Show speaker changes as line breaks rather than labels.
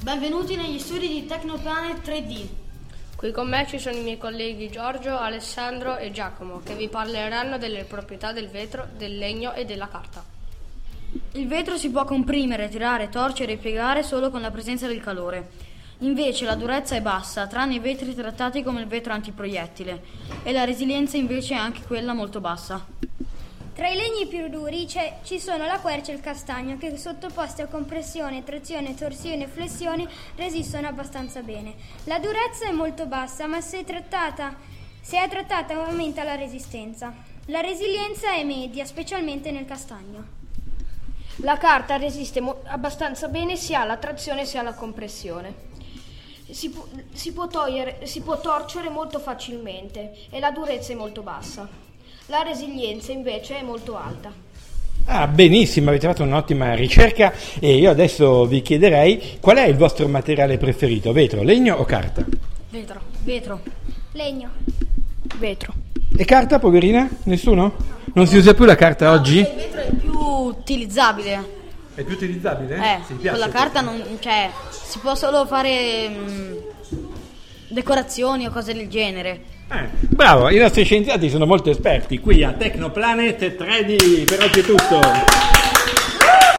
Benvenuti negli studi di Tecnoplanet 3D.
Qui con me ci sono i miei colleghi Giorgio, Alessandro e Giacomo che vi parleranno delle proprietà del vetro, del legno e della carta.
Il vetro si può comprimere, tirare, torcere e piegare solo con la presenza del calore. Invece la durezza è bassa, tranne i vetri trattati come il vetro antiproiettile, e la resilienza invece è anche quella molto bassa.
Tra i legni più duri c'è- ci sono la quercia e il castagno che sottoposti a compressione, trazione, torsione e flessione resistono abbastanza bene. La durezza è molto bassa ma se, trattata, se è trattata aumenta la resistenza. La resilienza è media, specialmente nel castagno.
La carta resiste mo- abbastanza bene sia alla trazione sia alla compressione. Si, pu- si può togliere- si può torcere molto facilmente e la durezza è molto bassa. La resilienza invece è molto alta.
Ah, benissimo, avete fatto un'ottima ricerca e io adesso vi chiederei qual è il vostro materiale preferito, vetro, legno o carta?
Vetro. Vetro.
Legno.
Vetro.
E carta, poverina? Nessuno? Non si usa più la carta oggi?
Il vetro è più utilizzabile.
È più utilizzabile?
Eh, con la carta non, cioè, si può solo fare mm, decorazioni o cose del genere.
Eh. bravo, i nostri scienziati sono molto esperti qui a Tecnoplanet 3D. Per oggi è tutto.